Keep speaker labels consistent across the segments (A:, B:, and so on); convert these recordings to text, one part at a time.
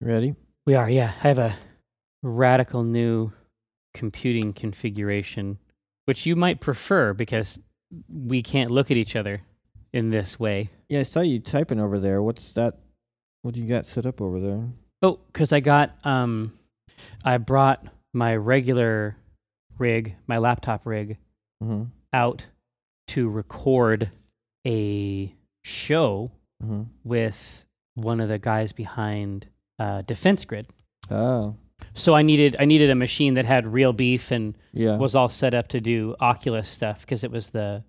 A: Ready?
B: We are, yeah. I have a radical new computing configuration, which you might prefer because we can't look at each other in this way.
A: Yeah, I saw you typing over there. What's that? What do you got set up over there?
B: Oh, because I got, um, I brought my regular rig, my laptop rig,
A: Mm-hmm.
B: out to record a show
A: Mm-hmm.
B: with one of the guys behind uh, Defense Grid.
A: Oh,
B: So I needed I needed a machine that had real beef and
A: yeah.
B: was all set up to do Oculus stuff because it was the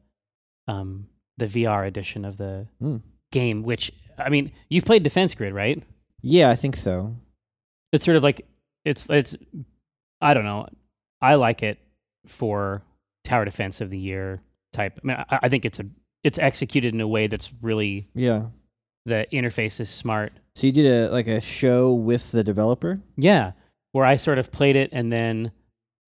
B: um, the VR edition of the
A: Hmm.
B: game. Which I mean, you've played Defense Grid, right?
A: Yeah, I think so.
B: It's sort of like it's it's I don't know. I like it for Tower Defense of the Year type. I mean, I, I think it's a it's executed in a way that's really
A: Yeah.
B: the interface is smart.
A: So you did a like a show with the developer.
B: Yeah, where I sort of played it and then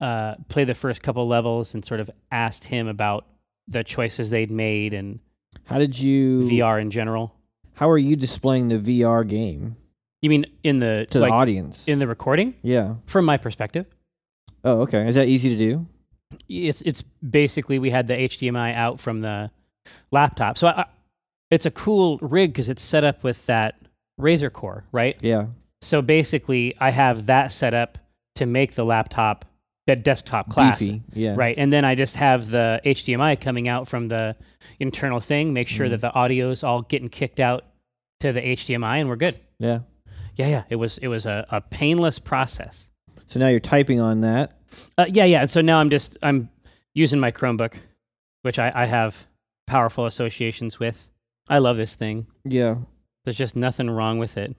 B: uh, played the first couple levels and sort of asked him about the choices they'd made and
A: How did you
B: VR in general.
A: How are you displaying the VR game
B: You mean in the
A: to
B: like
A: the audience?
B: in the recording?
A: yeah.
B: From my perspective,
A: Oh, okay. Is that easy to do?
B: it's it's basically we had the HDMI out from the laptop, so I, I- it's a cool rig because it's set up with that Razer Core, right?
A: Yeah.
B: So basically, I have that set up to make the laptop the desktop class.
A: Beefy. Yeah.
B: Right. And then I just have the HDMI coming out from the internal thing, make
A: Mm-hmm.
B: sure that the audio's all getting kicked out to the HDMI and we're good.
A: Yeah.
B: Yeah, yeah. It was it was a, a painless process.
A: So now you're typing on that.
B: Uh, yeah, yeah. And so now I'm just I'm using my Chromebook, which I, I have powerful associations with. I love this thing.
A: Yeah.
B: There's just nothing wrong with it.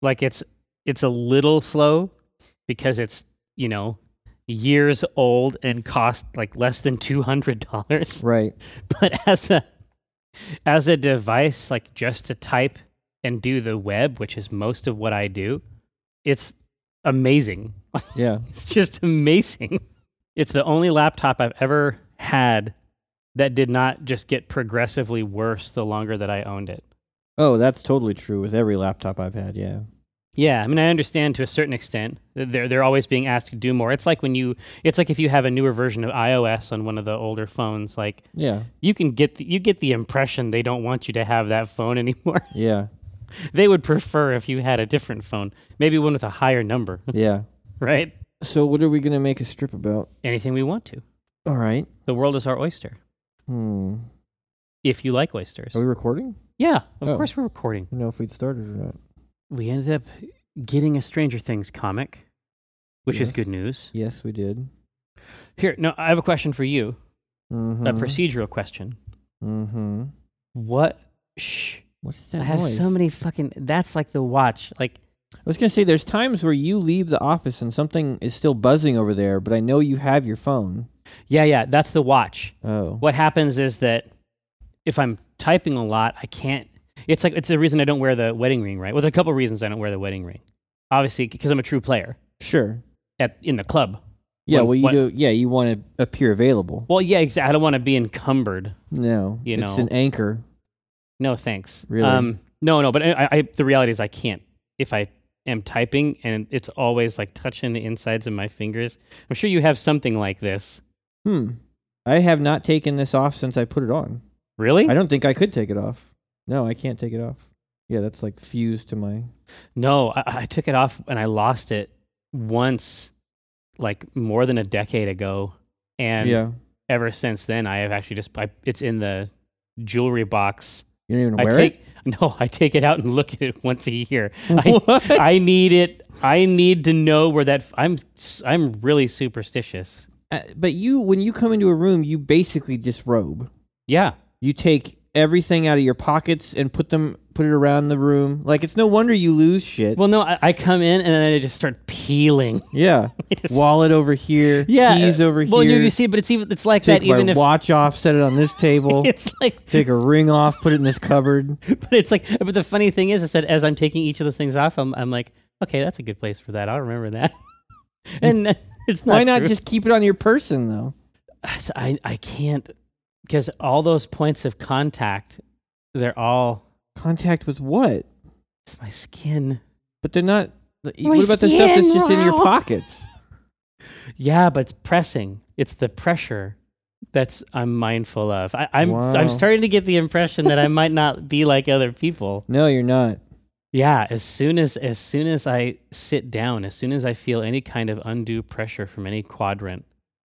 B: Like it's it's a little slow because it's, you know, years old and cost like less than two hundred dollars.
A: Right.
B: but as a as a device like just to type and do the web which is most of what i do it's amazing
A: Yeah.
B: it's just amazing it's the only laptop i've ever had that did not just get progressively worse the longer that i owned it
A: Oh, that's totally true with every laptop I've had. Yeah.
B: yeah i mean i understand to a certain extent that they're, they're always being asked to do more it's like when you it's like if you have a newer version of ios on one of the older phones like
A: Yeah.
B: you can get the, you get the impression they don't want you to have that phone anymore
A: Yeah.
B: they would prefer if you had a different phone, maybe one with a higher number,
A: Yeah.
B: right?
A: So what are we gonna make a strip about?
B: Anything we want to.
A: All right.
B: The world is our oyster.
A: Hmm.
B: If you like oysters.
A: Are we recording?
B: Yeah, of
A: Oh.
B: course we're recording.
A: You know if we'd started or not.
B: We ended up getting a Stranger Things comic, which is
A: Yes.
B: good news.
A: Yes, we did.
B: Here, no, I have a question for you,
A: Mm-hmm.
B: a procedural question.
A: Mm-hmm.
B: What? Shh.
A: What's that
B: I have
A: noise?
B: so many fucking. That's like the watch. Like,
A: I was gonna say, there's times where you leave the office and something is still buzzing over there, but I know you have your phone.
B: yeah, yeah, that's the watch.
A: Oh,
B: what happens is that if I'm typing a lot, I can't. It's like it's the reason I don't wear the wedding ring, right? Well, there's a couple reasons I don't wear the wedding ring. Obviously, because I'm a true player
A: sure.
B: at in the club.
A: Yeah,
B: What-
A: well, you
B: what-
A: do. Yeah, you want to appear available.
B: Well, yeah, exactly. I don't want to be encumbered.
A: No,
B: You
A: it's
B: know.
A: an anchor.
B: No, thanks. Um,
A: Really?
B: no, no. But I, I, the reality is, I can't. If I am typing and it's always like touching the insides of my fingers, I'm sure you have something like this.
A: Hmm. I have not taken this off since I put it on.
B: Really?
A: I don't think I could take it off. No, I can't take it off. Yeah, that's like fused to my.
B: No, I, I took it off and I lost it once, like more than a decade ago. And
A: yeah,
B: ever since then, I have actually just I, it's in the jewelry box.
A: you don't even
B: I
A: wear
B: take
A: it.
B: no, I take it out and look at it once a year.
A: What?
B: I, I need it. I need to know where that. f- I'm s- I'm really superstitious.
A: Uh, but you, when you come into a room, you basically disrobe.
B: Yeah,
A: You take everything out of your pockets and put them, put it around the room. Like it's no wonder you lose shit.
B: Well, no, I, I come in and then I just start peeling.
A: Yeah.
B: It's-
A: Wallet over here.
B: Yeah,
A: Keys
B: uh,
A: over
B: Well,
A: here.
B: you, you see, but it's even it's like
A: take
B: that.
A: my
B: Even if
A: watch off, set it on this table.
B: it's like,
A: take a ring off, put it in this cupboard.
B: but it's like. But the funny thing is, is that as I'm taking each of those things off, I'm I'm like, okay, that's a good place for that. I'll remember that. and it's not.
A: Why not
B: true.
A: just keep it on your person though?
B: So I I can't because all those points of contact, they're all
A: Contact with what?
B: it's my skin.
A: But they're not The-
C: My
A: what about the stuff that's
C: skin,
A: just in your
C: wow.
A: pockets?
B: Yeah, but it's pressing. It's the pressure that's I'm mindful of. I, I'm
A: Wow.
B: I'm starting to get the impression that I might not be like other people.
A: No, you're not.
B: Yeah, as soon as as soon as I sit down, as soon as I feel any kind of undue pressure from any quadrant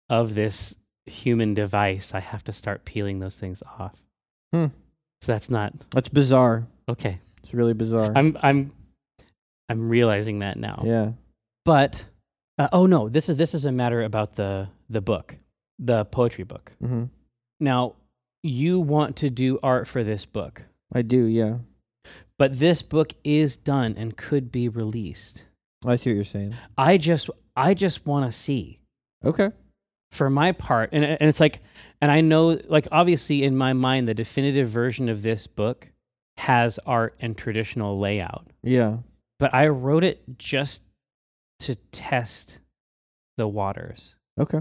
B: of this human device, I have to start peeling those things off.
A: Hmm.
B: So that's not
A: That's bizarre.
B: okay.
A: It's really bizarre.
B: I'm I'm I'm realizing that now.
A: yeah.
B: But uh, oh no, this is this is a matter about the the book, the poetry book.
A: hmm
B: Now, you want to do art for this book,
A: I do. Yeah.
B: but this book is done and could be released.
A: I see what you're saying.
B: I just I just want to see
A: Okay.
B: for my part and and it's like and I know like obviously in my mind the definitive version of this book has art and traditional layout,
A: Yeah.
B: but I wrote it just to test the waters.
A: Okay.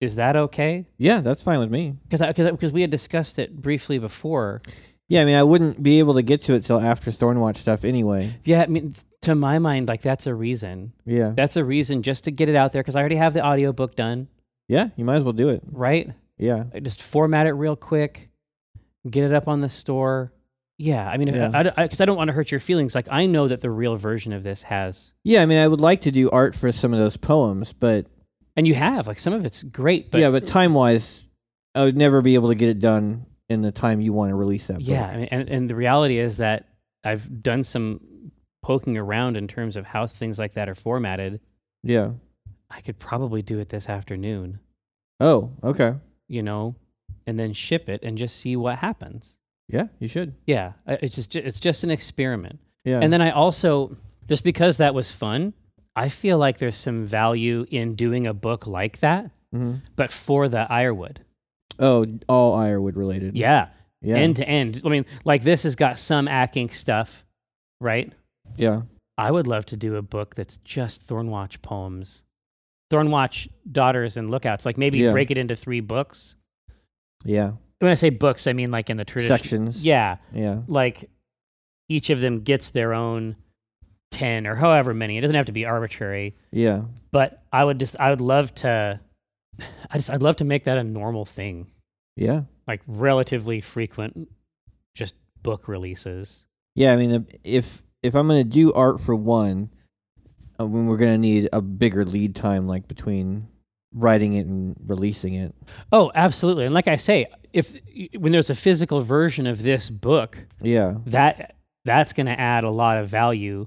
B: Is that okay?
A: Yeah, that's fine with me.
B: Cuz cuz we had discussed it briefly before.
A: Yeah, I mean, I wouldn't be able to get to it till after Thornwatch stuff anyway.
B: Yeah, I mean to my mind like that's a reason
A: Yeah.
B: That's a reason just to get it out there because I already have the audiobook done,
A: Yeah, you might as well do it.
B: right?
A: Yeah.
B: I just format it real quick, get it up on the store. Yeah, I mean,
A: Yeah.
B: because I, because I don't want to hurt your feelings. Like, I know that the real version of this has,
A: Yeah, I mean, I would like to do art for some of those poems, but,
B: and you have, like, some of it's great, but
A: yeah, but time wise, I would never be able to get it done in the time you want to release that.
B: yeah,
A: book.
B: I mean, and, and the reality is that I've done some poking around in terms of how things like that are formatted.
A: Yeah.
B: I could probably do it this afternoon,
A: Oh, okay.
B: you know, and then ship it and just see what happens.
A: Yeah, you should.
B: Yeah, I- it's just it's just an experiment.
A: Yeah.
B: And then I also, just because that was fun, I feel like there's some value in doing a book like that,
A: hmm
B: but for the Ironwood.
A: Oh, all Ironwood related.
B: Yeah,
A: Yeah.
B: end to end. I mean, like this has got some acting stuff, right?
A: yeah.
B: I would love to do a book that's just Thornwatch poems, Thornwatch daughters and lookouts. Like maybe
A: Yeah.
B: break it into three books.
A: Yeah.
B: When I say books, I mean like in the tradition.
A: Sections.
B: Yeah,
A: Yeah.
B: like each of them gets their own ten or however many. It doesn't have to be arbitrary.
A: Yeah.
B: but I would just I would love to I just I'd love to make that a normal thing.
A: Yeah.
B: Like relatively frequent just book releases.
A: Yeah, I mean, if if I'm gonna do art for one, uh, when we're gonna need a bigger lead time, like between writing it and releasing it.
B: Oh, absolutely. And like I say, if when there's a physical version of this book,
A: Yeah.
B: that that's going to add a lot of value.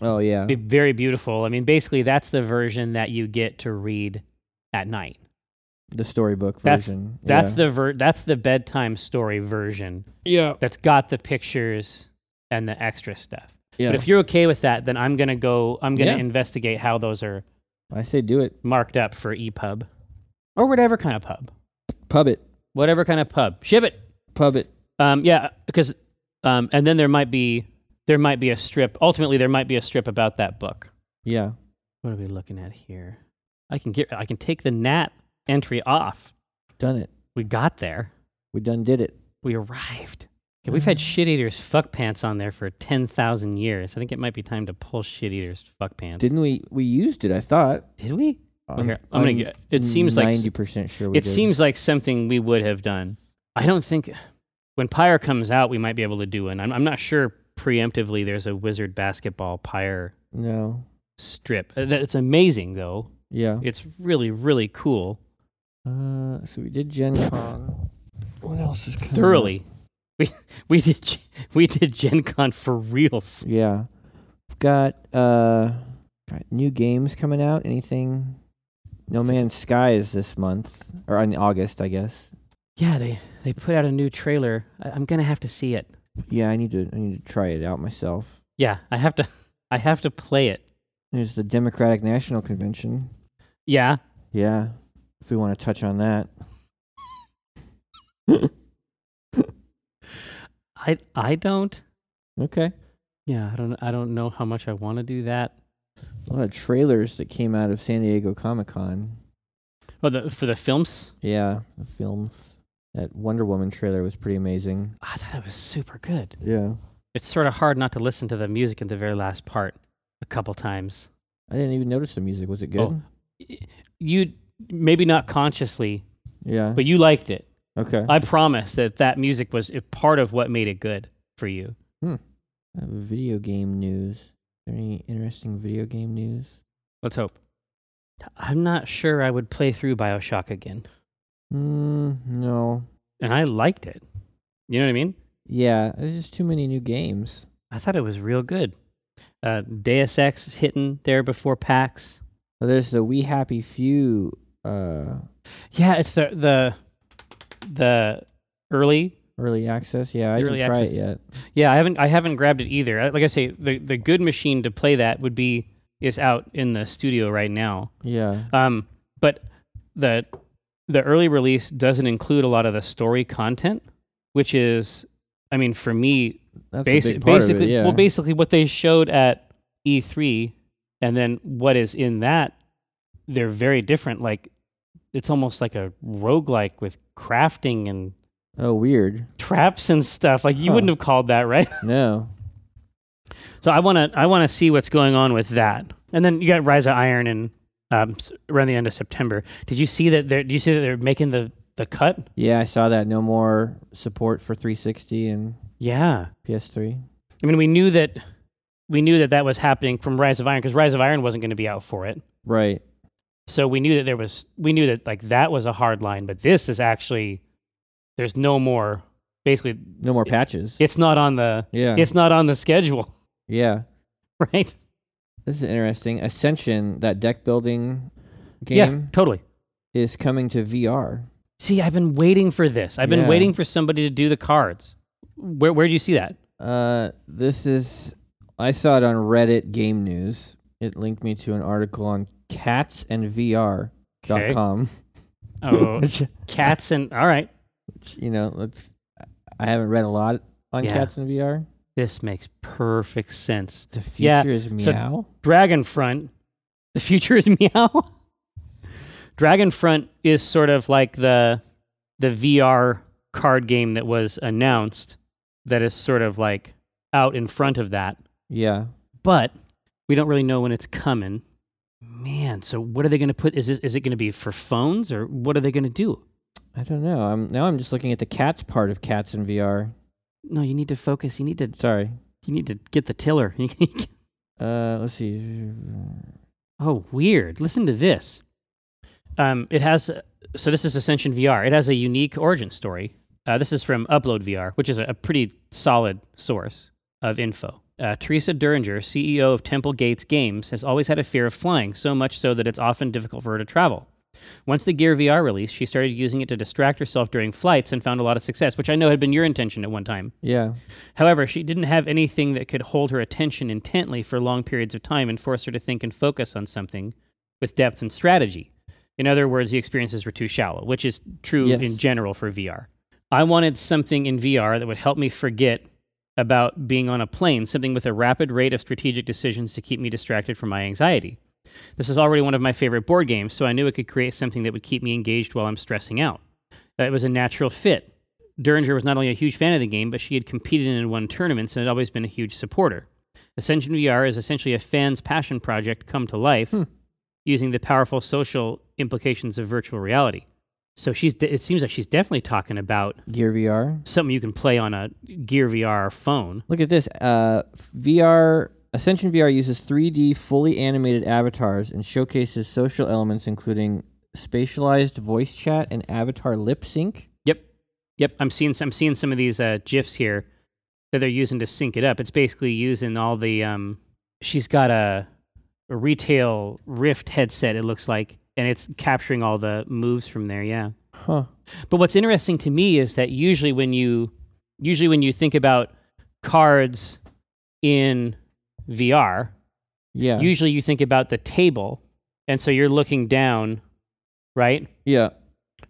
A: Oh yeah.
B: Be very beautiful. I mean, basically that's the version that you get to read at night.
A: The storybook
B: That's-
A: version.
B: That's the ver- that's the bedtime story version.
A: yeah.
B: That's got the pictures and the extra stuff.
A: Yeah.
B: But if you're okay with that, then I'm gonna go. I'm gonna
A: Yeah.
B: investigate how those are
A: I say do it.
B: marked up for E EPUB or whatever kind of pub,
A: Pub it.
B: whatever kind of pub. Ship it.
A: Pub it.
B: Um, yeah, because um, and then there might be there might be a strip. Ultimately, there might be a strip about that book.
A: Yeah.
B: What are we looking at here? I can get. I can take the Nat entry off.
A: Done it.
B: We got there.
A: We Mm. done did it.
B: We arrived. Okay, we've had shit eaters fuck pants on there for ten thousand years. I think it might be time to pull shit eaters fuck pants.
A: Didn't we? We used it. I thought.
B: Did we? Oh, here, I'm gonna get- it seems like s-
A: ninety percent sure. We
B: It
A: did.
B: seems like something we would have done. I don't think when Pyre comes out, we might be able to do one. I'm, I'm not sure preemptively there's a Wizard basketball Pyre
A: No.
B: strip. Uh, that- It's amazing, though.
A: Yeah.
B: It's really, really cool.
A: Uh, so we did Gen Con. What else is coming up?
B: Thoroughly. We, we, did, G- we did Gen Con for reals.
A: Yeah. We've got uh got new games coming out. Anything No Man's Sky is this month or in August, I guess.
B: Yeah, they, they put out a new trailer. I, I'm going to have to see it.
A: Yeah, I need to I need to try it out myself.
B: Yeah, I have to, I have to play it.
A: There's the Democratic National Convention.
B: Yeah.
A: Yeah. If we want to touch on that.
B: I, I don't.
A: Okay.
B: Yeah, I don't, I don't know how much I want to do that.
A: A lot of trailers that came out of San Diego Comic Con.
B: Oh, the, for the films?
A: Yeah, the films. That Wonder Woman trailer was pretty amazing.
B: I thought it was super good.
A: Yeah.
B: It's sort of hard not to listen to the music at the very last part a couple times.
A: I didn't even notice the music. Was it good?
B: Oh. You maybe not consciously,
A: yeah.
B: but you liked it.
A: okay.
B: I promise that that music was a part of what made it good for you.
A: Uh, video game news. there any interesting video game news?
B: Let's hope. I'm not sure I would play through Bioshock again,
A: Mm, no.
B: and I liked it. You know what I mean?
A: Yeah, there's just too many new games.
B: I thought it was real good. Uh, Deus Ex is hitting there before PAX.
A: Oh, there's the We Happy Few. Uh,
B: Yeah, it's the the the early.
A: early access. Yeah, I
B: Early
A: didn't try
B: access.
A: it yet.
B: Yeah, I haven't I haven't grabbed it either. I- Like I say, the the good machine to play that would be is out in the studio right now.
A: Yeah.
B: Um, but the the early release doesn't include a lot of the story content, which is, I mean, for me,
A: That's a
B: basic,
A: big part
B: basically,
A: of it, yeah.
B: well, basically what they showed at E3, and then what is in that, they're very different. Like it's almost like a roguelike with crafting and
A: oh, weird.
B: traps and stuff. Like you
A: Huh.
B: wouldn't have called that, right?
A: No.
B: So I want to I want to see what's going on with that. And then you got Rise of Iron and um, s- around the end of September. Did you see that? They're, do you see that they're making the the cut?
A: Yeah, I saw that. No more support for 360 and
B: Yeah.
A: PS3.
B: I mean, we knew that we knew that that was happening from Rise of Iron because Rise of Iron wasn't going to be out for it.
A: Right.
B: So we knew that there was we knew that like that was a hard line. But this is actually there's no more. Basically,
A: No more patches.
B: it's not on the
A: yeah.
B: it's not on the schedule,
A: yeah.
B: right?
A: This is interesting. Ascension, that deck building
B: Yeah,
A: game,
B: totally.
A: is coming to VR.
B: See, I've been waiting for this. I've been
A: Yeah.
B: waiting for somebody to do the cards. Where where do you see that?
A: Uh, this is I saw it on Reddit Game News. It linked me to an article on
B: Okay.
A: catsandvr.com.
B: Oh,
A: Which,
B: cats and all right.
A: which, you know, let's I haven't read a lot on
B: Yeah.
A: cats and VR.
B: This makes perfect sense.
A: The future
B: Yeah,
A: is meow.
B: Dragonfront, the future is meow. Dragonfront is sort of like the the VR card game that was announced that is sort of like out in front of that,
A: yeah.
B: but we don't really know when it's coming. Man, so what are they going to put is it, is it going to be for phones or what are they going to do?
A: I don't know. I'm now I'm just looking at the cats part of cats and VR.
B: No, you need to focus. You need to
A: Sorry.
B: you need to get the tiller.
A: Uh, let's see.
B: Oh, weird. Listen to this. Um, it has so this is Ascension VR. It has a unique origin story. Uh, this is from Upload VR, which is a, a pretty solid source of info. Uh, Teresa Duringer, CEO of Temple Gates Games, has always had a fear of flying, so much so that it's often difficult for her to travel. Once the Gear VR released, she started using it to distract herself during flights and found a lot of success, which I know had been your intention at one time.
A: Yeah.
B: However, she didn't have anything that could hold her attention intently for long periods of time and force her to think and focus on something with depth and strategy. In other words, the experiences were too shallow, which is true
A: Yes.
B: in general for VR. I wanted something in VR that would help me forget about being on a plane, something with a rapid rate of strategic decisions to keep me distracted from my anxiety. This is already one of my favorite board games, so I knew it could create something that would keep me engaged while I'm stressing out. Uh, It was a natural fit. Duringer was not only a huge fan of the game, but she had competed in and won tournaments and had always been a huge supporter. Ascension VR is essentially a fan's passion project come to life using the powerful social implications of virtual reality. So she's de- it seems like she's definitely talking about
A: Gear VR.
B: something you can play on a Gear VR phone.
A: Look at this. Uh, VR Ascension VR uses 3D fully animated avatars and showcases social elements including spatialized voice chat and avatar lip sync.
B: Yep. Yep. I'm seeing some, I'm seeing some of these uh, GIFs here that they're using to sync it up. It's basically using all the. Um, she's got a, a retail Rift headset, it looks like, and it's capturing all the moves from there. Yeah.
A: Huh.
B: But what's interesting to me is that usually when you usually when you think about cards in VR,
A: Yeah.
B: usually you think about the table, and so you're looking down, right?
A: yeah.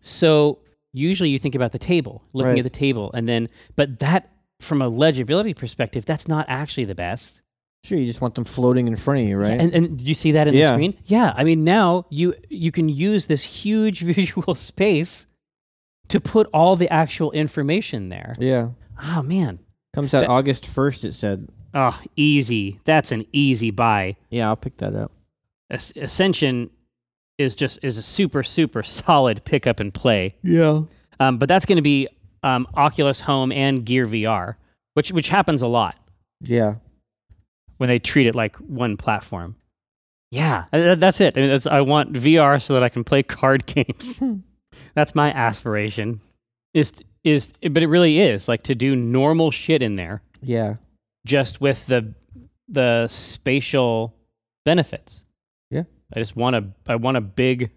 B: So usually you think about the table, looking
A: Right.
B: at the table, and then, but that from a legibility perspective, that's not actually the best.
A: Sure, you just want them floating in front of you, right?
B: And, and did you see that in
A: Eh. Yeah.
B: the screen? Yeah. I mean, now you you can use this huge visual space to put all the actual information there.
A: yeah.
B: Oh man.
A: Comes out
B: That-
A: August 1st it said.
B: Oh, easy. That's an easy buy.
A: Yeah, I'll pick that up.
B: As- Ascension is just is a super super solid pick up and play.
A: Yeah.
B: Um, but that's going to be um, Oculus Home and Gear VR, which which happens a lot
A: Yeah.
B: when they treat it like one platform. Yeah, I- that- that's it. I, mean, that's, I want VR so that I can play card games. that's my aspiration. Is is but it really is like to do normal shit in there,
A: Yeah.
B: just with the the spatial benefits.
A: Yeah.
B: I just want a I want a big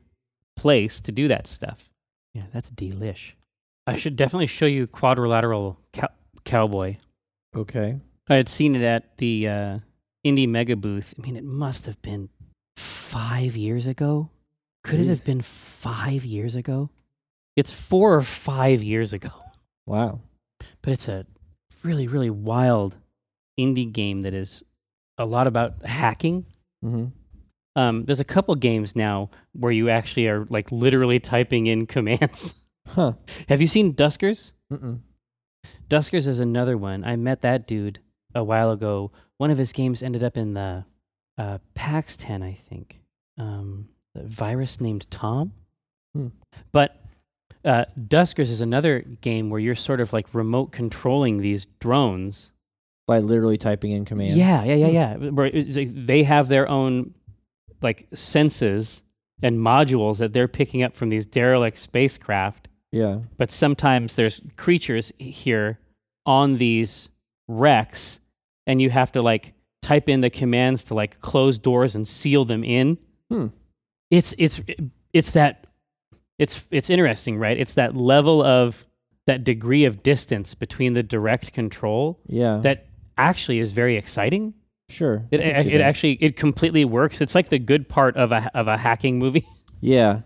B: place to do that stuff. Yeah, that's delish. I should definitely show you quadrilateral cow- cowboy.
A: Okay.
B: I had seen it at the uh, indie mega booth. I mean, it must have been five years ago. Could it
A: Jeez.
B: have been five years ago? It's four or five years ago,
A: Wow.
B: but it's a really, really wild indie game that is a lot about hacking.
A: hmm
B: Um, there's a couple games now where you actually are like literally typing in commands.
A: Huh.
B: have you seen Duskers?
A: Mm-mm.
B: Duskers is another one. I met that dude a while ago. One of his games ended up in the uh, PAX 10, I think. Um, the virus named Tom.
A: Hmm.
B: But uh, Duskers is another game where you're sort of like remote controlling these drones.
A: By literally typing in commands.
B: Yeah, yeah, yeah,
A: Hmm.
B: yeah. Where it's like they have their own like senses and modules that they're picking up from these derelict spacecraft
A: Yeah.
B: but sometimes there's creatures here on these wrecks and you have to like type in the commands to like close doors and seal them in
A: Hmm.
B: it's it's it's that it's it's interesting right it's that level of that degree of distance between the direct control
A: Yeah.
B: that actually is very exciting
A: sure.
B: it,
A: I can see
B: it, it
A: that.
B: actually it completely works it's like the good part of a of a hacking movie
A: Yeah.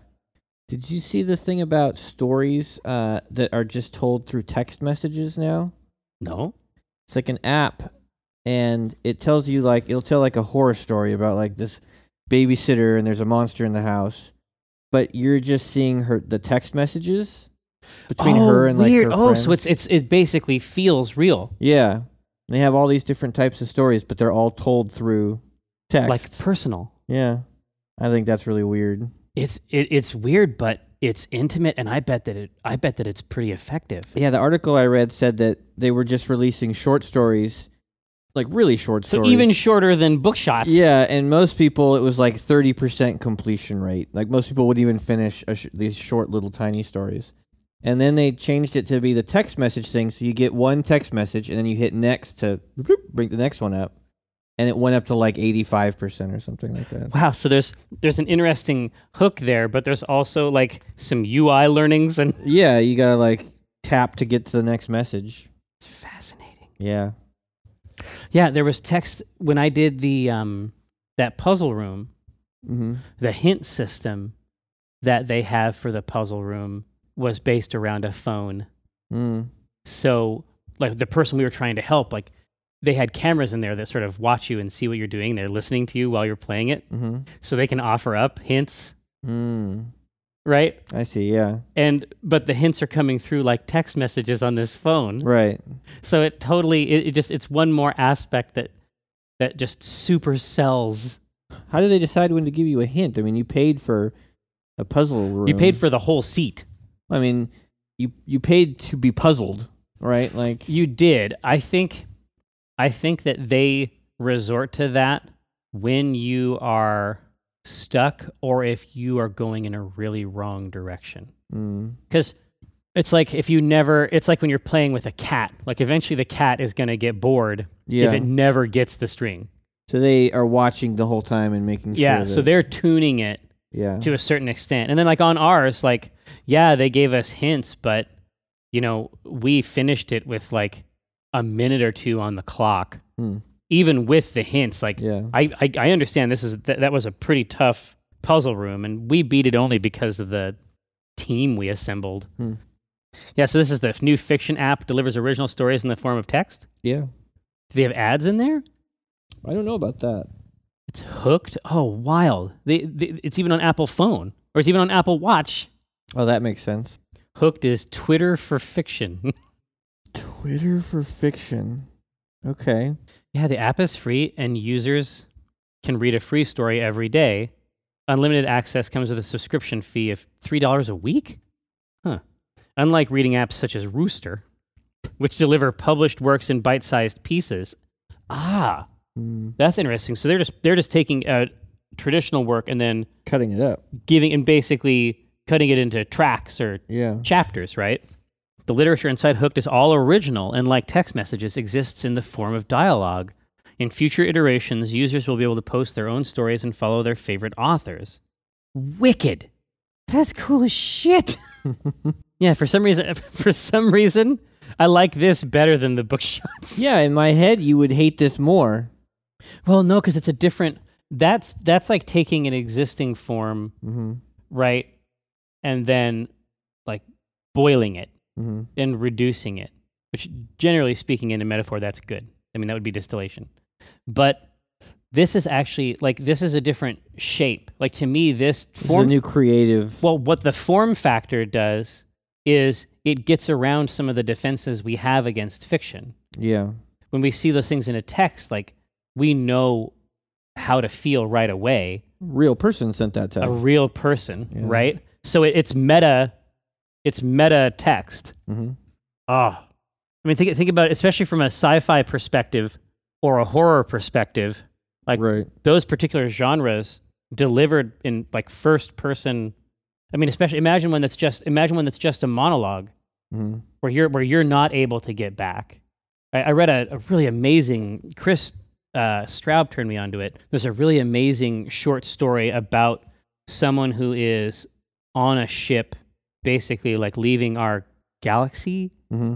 A: Did you see the thing about stories uh, that are just told through text messages now?
B: no
A: It's like an app, and it tells you like it'll tell like a horror story about like this babysitter and there's a monster in the house, but you're just seeing her the text messages between her and like
B: weird.
A: her
B: oh so
A: friends.
B: it's it's it basically feels real
A: yeah. They have all these different types of stories, but they're all told through text.
B: like personal
A: yeah, I think that's really weird.
B: it's it, it's weird but it's intimate and i bet that it i bet that it's pretty effective
A: Yeah, the article I read said that they were just releasing short stories, like really short
B: so
A: stories.
B: even shorter than book shots
A: yeah, and most people it was like thirty percent completion rate. Like most people wouldn't even finish a sh- these short little tiny stories. And then they changed it to be the text message thing, so you get one text message and then you hit next to bloop, bring the next one up, and it went up to like eighty five percent or something like that.
B: wow so there's there's an interesting hook there but there's also like some ui learnings and
A: Yeah, you gotta like tap to get to the next message.
B: it's fascinating
A: Yeah.
B: yeah there was text when i did the um that puzzle room
A: Mm-hmm.
B: the hint system that they have for the puzzle room was based around a phone
A: Mm.
B: so like the person we were trying to help like they had cameras in there that sort of watch you and see what you're doing they're listening to you while you're playing it
A: Mm-hmm.
B: so they can offer up hints
A: Mm.
B: right
A: I see. Yeah.
B: and but the hints are coming through like text messages on this phone
A: Right.
B: so it totally it, it just it's one more aspect that that just super sells
A: How do they decide when to give you a hint? I mean, you paid for a puzzle room.
B: you paid for the whole seat
A: I mean, you you paid to be puzzled, right? Like,
B: you did i think i think that they resort to that when you are stuck or if you are going in a really wrong direction
A: mm,
B: because it's like if you never it's like when you're playing with a cat like eventually the cat is going to get bored
A: yeah.
B: if it never gets the string
A: so they are watching the whole time and making
B: yeah
A: sure.
B: so
A: that-
B: they're tuning it
A: yeah.
B: to a certain extent and then like on ours like yeah they gave us hints but you know we finished it with like a minute or two on the clock
A: Hmm.
B: even with the hints like
A: yeah.
B: I, I i understand this is th- that was a pretty tough puzzle room and we beat it only because of the team we assembled
A: Hmm.
B: yeah so this is the f- new fiction app delivers original stories in the form of text
A: Yeah.
B: do they have ads in there
A: I don't know about that.
B: it's hooked oh wild they, they, it's even on apple phone or it's even on apple watch
A: Oh, that makes sense.
B: hooked is twitter for fiction
A: Twitter for fiction. Okay.
B: yeah the app is free and users can read a free story every day. Unlimited access comes with a subscription fee of $3 a week? Huh. Unlike reading apps such as Rooster, which deliver published works in bite sized pieces. Ah,
A: Mm,
B: that's interesting. So they're just they're just taking uh, traditional work and then
A: cutting it up.
B: giving and basically cutting it into tracks or
A: Yeah.
B: chapters, right? The literature inside Hooked is all original and, like text messages, exists in the form of dialogue. In future iterations, users will be able to post their own stories and follow their favorite authors. Wicked. That's cool as shit. yeah, for some reason, for some reason, I like this better than the book shots.
A: Yeah, in my head, you would hate this more.
B: Well, no, because it's a different. That's that's like taking an existing form,
A: Mm-hmm.
B: right, and then like boiling it.
A: Mm-hmm.
B: and reducing it, which generally speaking in a metaphor, that's good. I mean, that would be distillation. But this is actually like this is a different shape. Like to me, this
A: For
B: form.
A: new creative.
B: well, what the form factor does is it gets around some of the defenses we have against fiction.
A: yeah.
B: When we see those things in a text, like we know how to feel right away.
A: Real person sent that text.
B: A real person,
A: Yeah.
B: right? So it, it's meta. It's meta text.
A: mm-hmm.
B: Ah, I mean, think think about it, especially from a sci-fi perspective or a horror perspective. Like
A: right.
B: those particular genres delivered in like first person. I mean, especially imagine one that's just imagine one that's just a monologue
A: Mm-hmm.
B: where you're where you're not able to get back. I, I read a, a really amazing Chris uh, Straub turned me onto it. There's a really amazing short story about someone who is on a ship, basically like leaving our galaxy
A: Mm-hmm.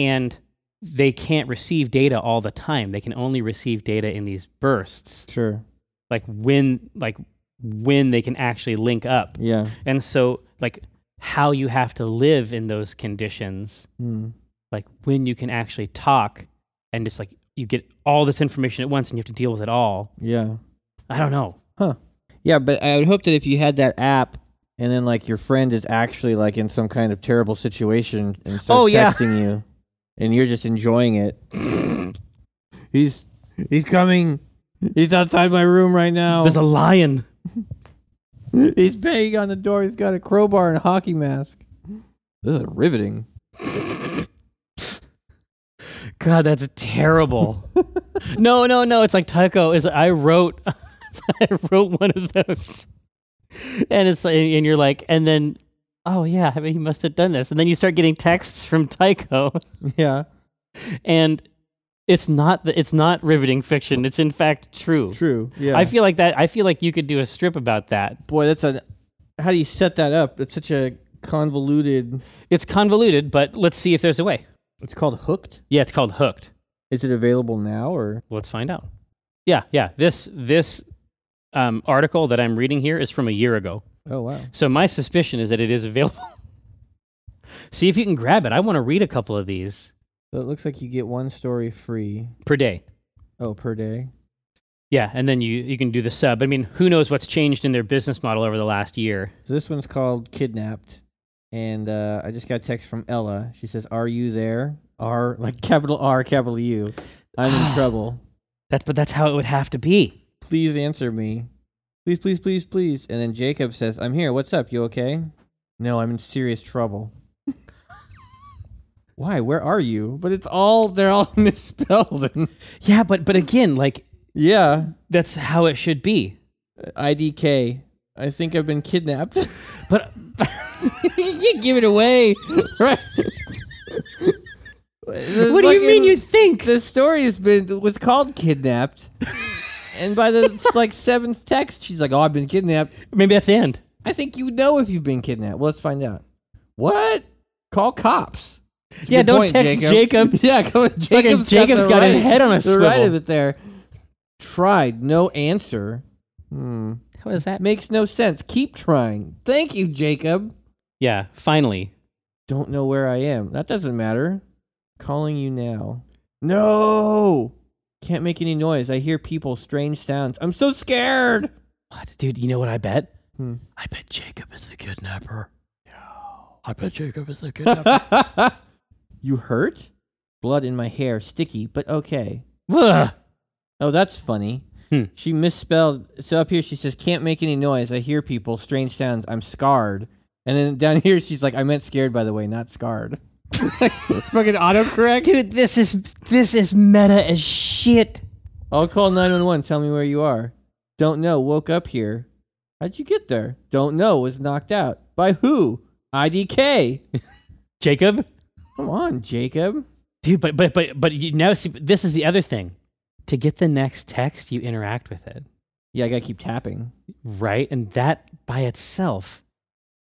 B: and they can't receive data all the time. They can only receive data in these bursts,
A: Sure.
B: like when like when they can actually link up.
A: Yeah.
B: And so like how you have to live in those conditions,
A: Mm.
B: like when you can actually talk and just like you get all this information at once and you have to deal with it all.
A: Yeah.
B: I don't know.
A: Yeah, but I would hope that if you had that app and then like your friend is actually like in some kind of terrible situation and starts
B: Oh, yeah.
A: texting you and you're just enjoying it. he's he's coming. He's outside my room right now.
B: There's a lion.
A: he's banging on the door. He's got a crowbar and a hockey mask. This is riveting.
B: God, that's terrible. no, no, no. It's like Tycho is. I wrote, I wrote one of those, and it's like, and you're like, and then, oh yeah, I mean, he must have done this, and then you start getting texts from Tycho,
A: Yeah.
B: and it's not the, it's not riveting fiction. It's in fact true.
A: True. Yeah.
B: I feel like that. I feel like you could do a strip about that.
A: Boy, that's a How do you set that up? It's such a convoluted
B: It's convoluted, but let's see if there's a way.
A: It's called Hooked.
B: Yeah, it's called Hooked.
A: Is it available now or
B: Let's find out. Yeah, yeah. This this um, article that I'm reading here is from a year ago.
A: Oh wow.
B: So my suspicion is that it is available. See if you can grab it. I want to read a couple of these
A: So it looks like you get one story free.
B: per day.
A: Oh, per day.
B: Yeah, and then you, you can do the sub. I mean, who knows what's changed in their business model over the last year?
A: So this one's called Kidnapped. And uh, I just got a text from Ella. She says, Are you there? R, like capital R, capital U. I'm in trouble.
B: That's but that's how it would have to be.
A: Please answer me. Please, please, please, please. And then Jacob says, I'm here. What's up? You okay? No, I'm in serious trouble. Why? Where are you? But it's all, they're all misspelled. And
B: Yeah, but but again, like
A: yeah.
B: that's how it should be.
A: IDK. I think I've been kidnapped.
B: But
A: you can't give it away. Right. Uh,
B: what do you mean you think?
A: The story has been was called kidnapped, and by the s- like seventh text, she's like, "Oh, I've been kidnapped."
B: Maybe that's the end.
A: I think you would know if you've been kidnapped. Well, let's find out. What? Call cops. That's a
B: Yeah,
A: good
B: don't text Jacob.
A: yeah, come on, Jacob's,
B: Jacob's
A: the
B: got his
A: right-
B: head on a
A: the right
B: swivel.
A: of it there. Tried, no answer. Hmm.
B: How is that?
A: Makes no sense. Keep trying. Thank you, Jacob.
B: Yeah, finally.
A: Don't know where I am. That doesn't matter. Calling you now. No! Can't make any noise. I hear people, strange sounds. I'm so scared!
B: What, dude? You know what I bet?
A: Hmm.
B: I bet Jacob is the kidnapper. No, I bet Jacob is the kidnapper.
A: you hurt? Blood in my hair, sticky, but okay.
B: Ugh.
A: Oh, that's funny.
B: Hmm.
A: She misspelled. So up here she says, "Can't make any noise. I hear people, strange sounds. I'm scarred." And then down here she's like, "I meant scared, by the way, not scarred." Fucking autocorrect.
B: Dude, this is this is meta as shit.
A: I'll call 911. Tell me where you are. Don't know. Woke up here. How'd you get there? Don't know. Was knocked out. By who? IDK.
B: Jacob?
A: Come on, Jacob.
B: Dude, but but but but you now see this is the other thing. To get the next text, you interact with it.
A: Yeah, I gotta keep tapping.
B: Right? And that by itself,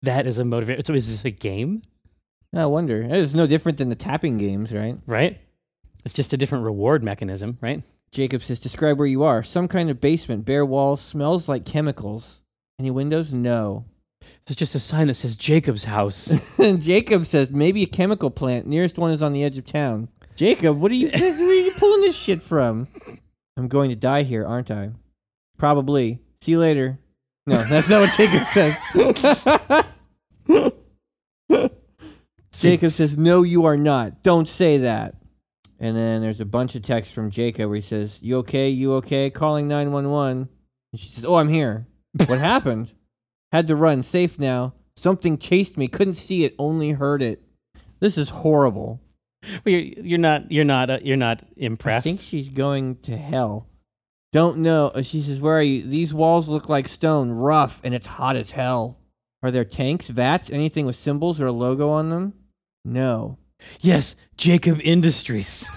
B: that is a motivator. So is this a game?
A: I wonder. It's no different than the tapping games, right?
B: Right? It's just a different reward mechanism, right?
A: Jacob says, "Describe where you are. Some kind of basement. Bare walls. Smells like chemicals. Any windows? No."
B: It's just a sign that says Jacob's house.
A: And Jacob says, "Maybe a chemical plant. Nearest one is on the edge of town." Jacob, what are you? where are you pulling this shit from? I'm going to die here, aren't I? Probably. See you later. No, that's not what Jacob says. Jacob says, "No, you are not. Don't say that." And then there's a bunch of texts from Jacob where he says, "You okay? You okay? Calling 911." And she says, "Oh, I'm here. What happened? Had to run. Safe now. Something chased me. Couldn't see it. Only heard it. This is horrible.
B: But you're, you're not you're not uh, you're not
A: I
B: impressed.
A: think she's going to hell. Don't know. Uh, She says, "Where are you? These walls look like stone, rough, and it's hot as hell. Are there tanks, vats, anything with symbols or a logo on them? No."
B: Yes, Jacob Industries.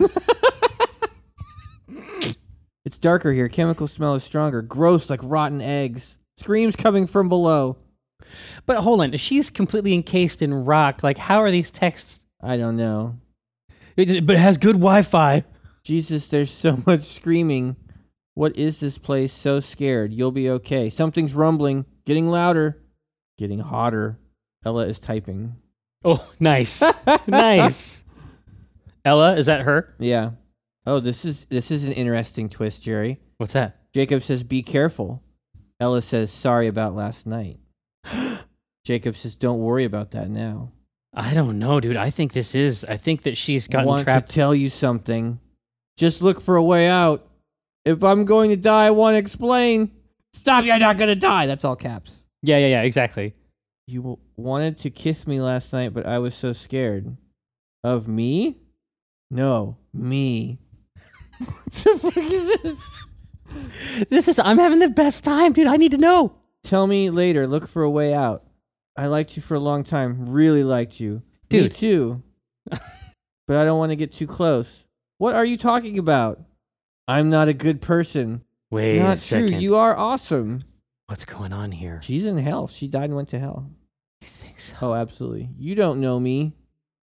A: It's darker here. Chemical smell is stronger. Gross like rotten eggs. Screams coming from below.
B: but hold on, if she's completely encased in rock, like how are these texts?
A: I don't know.
B: But it has good Wi-Fi.
A: Jesus, there's so much screaming. What is this place? So scared. You'll be okay. Something's rumbling, getting louder, getting hotter. Ella is typing.
B: Oh, nice, nice. Ella, is that her?
A: Yeah. Oh, this is this is an interesting twist, Jerry.
B: What's that?
A: Jacob says, "Be careful." Ella says, "Sorry about last night." Jacob says, "Don't worry about that now."
B: I don't know, dude. I think this is. I think that she's
A: I
B: gotten
A: want
B: trapped.
A: to tell you something. Just look for a way out. If I'm going to die, I want to explain. Stop, you're not going to die. That's all caps.
B: yeah, yeah, yeah. Exactly.
A: You w- wanted to kiss me last night, but I was so scared. Of me? No, me. what the fuck is this?
B: This is. I'm having the best time, dude. I need to know.
A: Tell me later. Look for a way out. I liked you for a long time. Really liked you. Me
B: Dude.
A: too. but I don't want to get too close. What are you talking about? I'm not a good person.
B: Wait
A: Not
B: a
A: true.
B: second.
A: You are awesome.
B: What's going on here?
A: She's in hell. She died and went to hell.
B: I think so.
A: Oh, absolutely. You don't know me.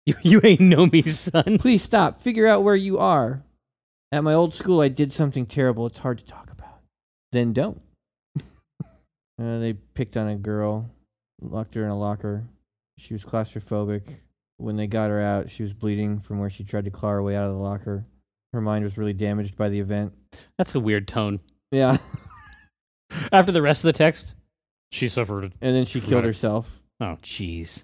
B: You, you ain't know me, son.
A: Please stop. Figure out where you are. At my old school, I did something terrible. It's hard to talk about. Then don't. uh, they picked on a girl, locked her in a locker. She was claustrophobic. When they got her out, she was bleeding from where she tried to claw her way out of the locker. Her mind was really damaged by the event.
B: That's a weird tone.
A: Yeah.
B: After the rest of the text, she suffered.
A: And then she killed
B: Right.
A: herself.
B: Oh, jeez.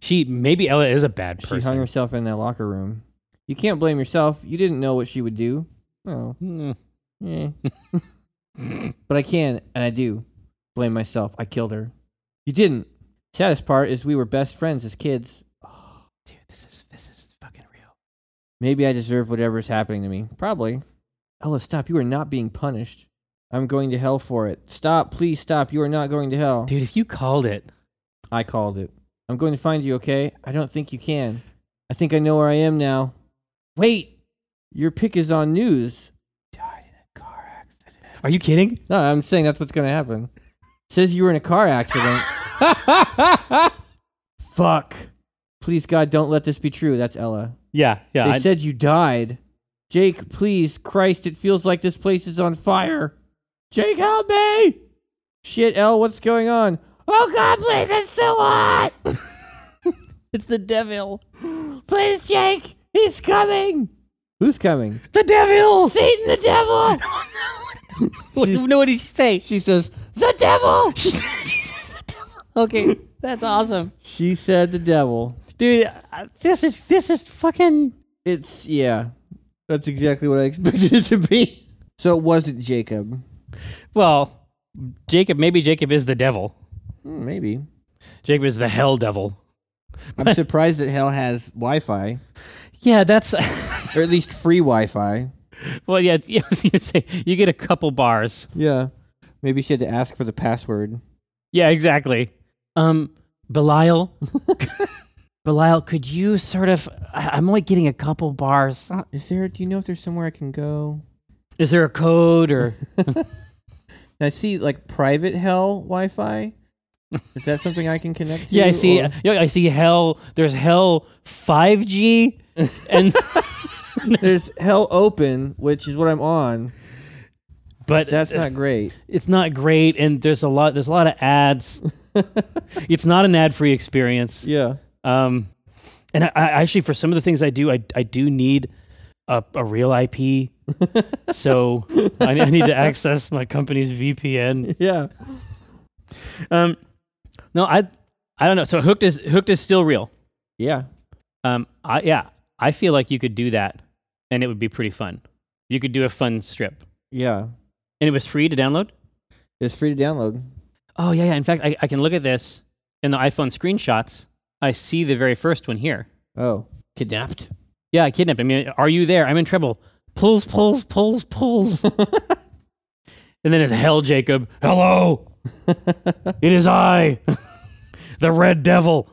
B: She maybe Ella is a bad
A: She hung
B: person.
A: herself in that locker room. You can't blame yourself. You didn't know what she would do. Oh,
B: Mm.
A: yeah. but I can, and I do blame myself. I killed her. You didn't. Saddest part is we were best friends as kids.
B: Dude, this is this is fucking real.
A: Maybe I deserve whatever is happening to me. Probably. Ella, stop. You are not being punished. I'm going to hell for it. Stop. Please stop. You are not going to hell.
B: Dude, if you called it,
A: I called it. I'm going to find you, okay? I don't think you can. I think I know where I am now. Wait! Your pick is on news. Died in a car accident.
B: are you kidding?
A: No, I'm saying that's what's going to happen. Says you were in a car accident. Fuck. Please, God, don't let this be true. That's Ella.
B: Yeah, yeah.
A: They
B: I-
A: said you died. Jake, please, Christ, it feels like this place is on fire. Jake, help me! Shit, Elle, what's going on? Oh God, please, it's so hot!
B: it's the devil.
A: Please, Jake, he's coming! Who's coming?
B: The devil.
A: Satan the devil!
B: What, no, what did she say?
A: She says, The devil!
B: okay, that's awesome,
A: She said the devil.
B: dude. uh, This is this is fucking.
A: It's, yeah. That's exactly what I expected it to be. So it wasn't Jacob.
B: Well, Jacob, maybe Jacob is the devil.
A: Hmm, maybe.
B: Jacob is the hell devil.
A: I'm surprised that hell has Wi-Fi,
B: Yeah, that's
A: or at least free Wi-Fi.
B: well. Yeah, yeah, I was gonna say you get a couple bars.
A: Yeah. Maybe she had to ask for the password.
B: Yeah, exactly. Um, Belial, Belial, could you sort of? I, I'm only getting a couple bars.
A: Uh, Is there? Do you know if there's somewhere I can go?
B: Is there a code or?
A: Now, I see like private hell Wi-Fi. Is that something I can connect to?
B: yeah, I see.
A: or-
B: Yeah, I see. Hell, there's hell 5G, and
A: There's hell open, which is what I'm on.
B: but
A: That's not great.
B: it's not great and there's a lot there's a lot of ads it's not an ad-free experience
A: Yeah.
B: um and I, I actually for some of the things i do i, I do need a, a real ip so I, I need to access my company's vpn
A: Yeah.
B: um no i i don't know so hooked is hooked is still real
A: Yeah.
B: um i yeah i feel like you could do that and it would be pretty fun you could do a fun strip
A: Yeah.
B: and it was free to download
A: It's free to download.
B: Oh yeah, yeah. In fact, I, I can look at this in the iPhone screenshots. I see the very first one here.
A: Oh. Kidnapped.
B: Yeah, kidnapped. I mean, are you there? I'm in trouble. Pulls, pulls, pulls, pulls. and then it's hell, Jacob. Hello, it is I, the Red Devil.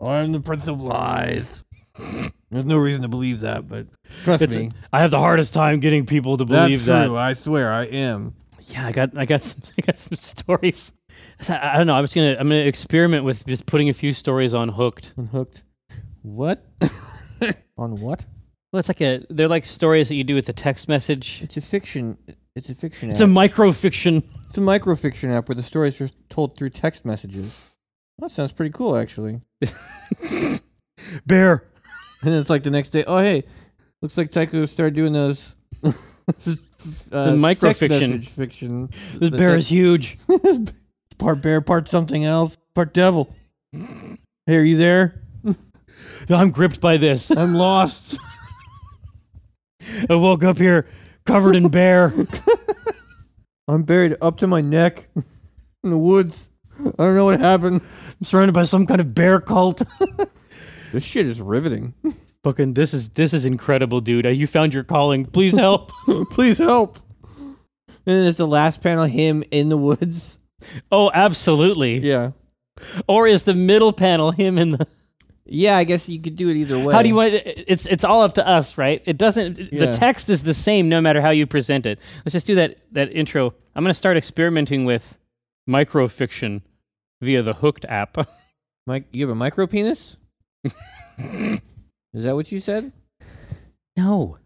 A: I'm the Prince of Lies. There's no reason to believe that, but trust
B: It's, I have the hardest time getting people to believe that.
A: I swear I am.
B: Yeah, I got, I got some, I got some stories. So, I, I don't know. I was gonna, I'm gonna experiment with just putting a few stories on Hooked.
A: I'm hooked. What? on what?
B: Well, it's like a, they're like stories that you do with a text message.
A: It's a fiction. It's a fiction
B: It's
A: app.
B: a microfiction.
A: it's a microfiction app where the stories are told through text messages. That sounds pretty cool, actually.
B: Bear.
A: And it's like the next day. Oh, hey, looks like Tycho started doing those. uh, text
B: microfiction.
A: message fiction.
B: This bear is huge.
A: part bear, part something else, part devil. Hey, are you there?
B: I'm gripped by this.
A: I'm lost.
B: I woke up here covered in bear.
A: I'm buried up to my neck in the woods. I don't know what happened.
B: I'm surrounded by some kind of bear cult.
A: This shit is riveting.
B: Fucking this is this is incredible, dude. Uh, You found your calling. Please help.
A: Please help. And then it's the last panel, him in the woods.
B: oh, absolutely.
A: Yeah.
B: Or is the middle panel him in the
A: Yeah, I guess you could do it either way.
B: How do you want it? It's it's all up to us, right? It doesn't
A: Yeah.
B: the text is the same no matter how you present it. Let's just do that that intro. I'm going to start experimenting with microfiction via the Hooked app.
A: Mike, you have a micro penis? is that what you said?
B: no.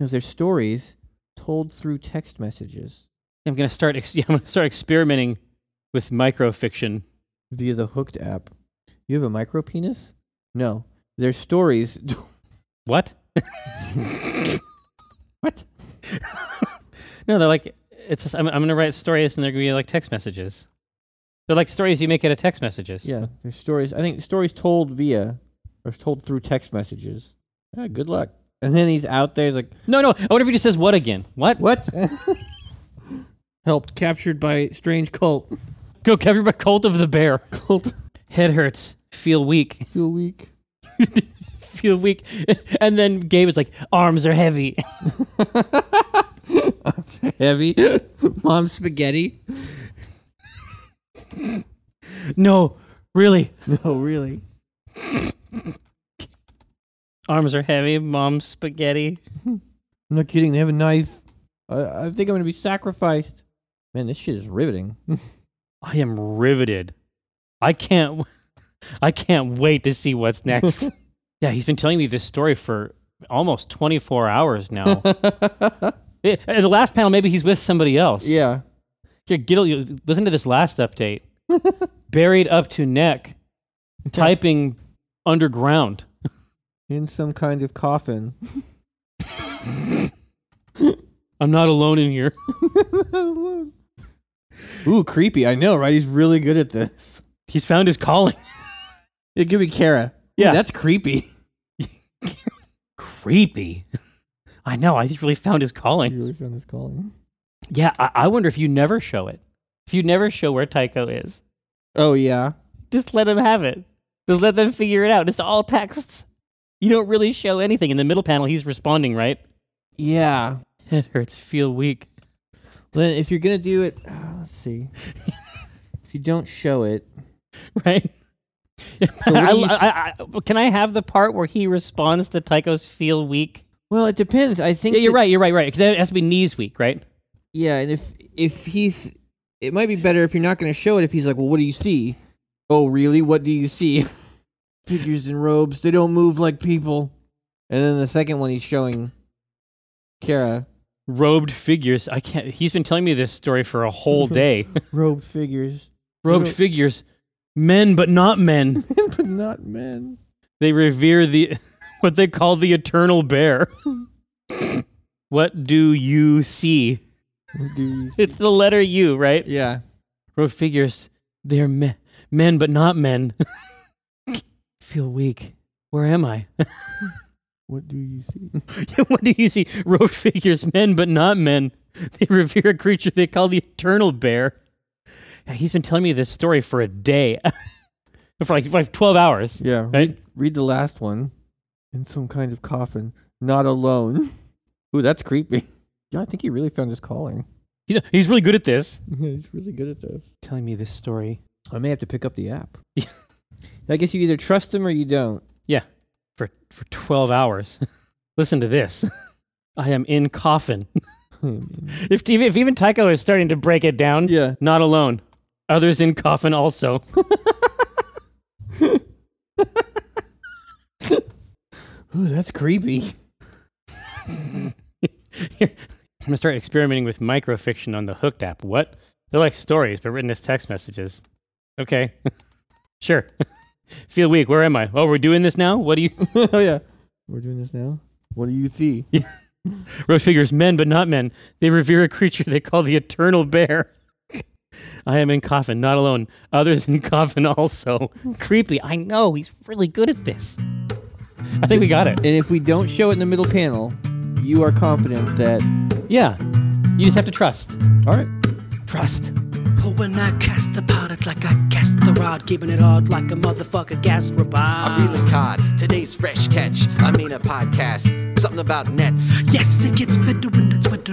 A: No, they're stories told through text messages
B: I'm gonna start. Ex- yeah, I'm gonna start experimenting with microfiction.
A: via the Hooked app. You have a micro penis? No, they're stories.
B: What? what? no, they're like it's. Just, I'm, I'm gonna write stories, and they're gonna be like text messages. They're like stories you make out of text messages.
A: yeah, they're stories. I think stories told via or told through text messages. Ah, good luck. And then he's out there. He's like,
B: No, no. I wonder if he just says what again. What?
A: what? Helped captured by strange cult.
B: Go cover by cult of the bear. Cult. Head hurts. Feel weak.
A: Feel weak.
B: Feel weak. and then Gabe is like, arms are heavy.
A: Heavy. Mom spaghetti.
B: no, really.
A: No, really.
B: Arms are heavy. Mom's spaghetti.
A: I'm not kidding. They have a knife. I, I think I'm going to be sacrificed. Man, this shit is riveting.
B: I am riveted. I can't w- I can't wait to see what's next. yeah, he's been telling me this story for almost 24 hours now. Eh, eh, the last panel maybe he's with somebody else.
A: yeah.
B: Here, Gittle, you- listen to this last update. Buried up to neck, typing underground.
A: In some kind of coffin.
B: I'm not alone in here.
A: Ooh, creepy. I know, right? He's really good at this.
B: He's found his calling.
A: It could be Kara. Ooh,
B: Yeah.
A: that's creepy.
B: Creepy. I know. I just really found his calling.
A: really found this calling.
B: Yeah, I, I wonder if you never show it. If you never show where Tycho is,
A: Oh yeah.
B: just let them have it. Just let them figure it out. It's all texts. You don't really show anything. In the middle panel, he's responding, right?
A: Yeah.
B: It hurts. Feel weak.
A: Then if you're gonna do it, uh, let's see. if you don't show it,
B: right?
A: do
B: I-
A: you s-
B: I- I- can I have the part where he responds to Tycho's feel weak?
A: well, it depends. I think
B: Yeah, you're
A: that-
B: right. You're right. Right. Because it has to be knees weak, right?
A: Yeah, and if if he's, it might be better if you're not gonna show it. If he's like, well, what do you see? Oh, really? What do you see? Figures in robes. They don't move like people. And then the second one, he's showing Kara
B: Robed figures. I can't. He's been telling me this story for a whole day.
A: robed figures,
B: Robed
A: don't-
B: figures, men but not men.
A: but not men.
B: They revere the what they call the eternal bear. what do you see?
A: What do you see?
B: It's the letter U, right?
A: Yeah.
B: Road figures, they're me- men, but not men. Feel weak. Where am I?
A: What do you see?
B: what do you see? Road figures, men, but not men. They revere a creature they call the eternal bear. Yeah, he's been telling me this story for a day, for like, for like 12 hours,
A: Yeah.
B: right?
A: Read the last one. In some kind of coffin, not alone. Ooh, that's creepy. Yeah, I think he really found his calling.
B: He- He's really good at this.
A: He's really good at this.
B: Telling me this story
A: I may have to pick up the app.
B: Yeah.
A: I guess you either trust him or you don't.
B: for, for 12 hours. Listen to this. I am in coffin. If, if even Tycho is starting to break it down,
A: yeah.
B: Not alone. Others in coffin also.
A: Ooh, that's creepy.
B: I'm gonna start experimenting with microfiction on the Hooked app. What? They're like stories, but written as text messages. Okay. sure. Feel weak. Where am I? Oh, we're doing this now? What do you?
A: oh yeah. We're doing this now. What do you see?
B: Road figures men, but not men. They revere a creature they call the eternal bear. I am in coffin, not alone. Others in coffin also. Creepy. I know. He's really good at this. I think we got it.
A: And if we don't show it in the middle panel, you are confident that
B: Yeah. You just have to trust.
A: all right.
B: Trust.
C: But when I cast the pot, it's like I cast the rod, giving it hard like a motherfucker gas robot.
D: I reel a cod. Today's fresh catch. I mean a podcast. Something about nets.
C: Yes, it gets better when it's winter.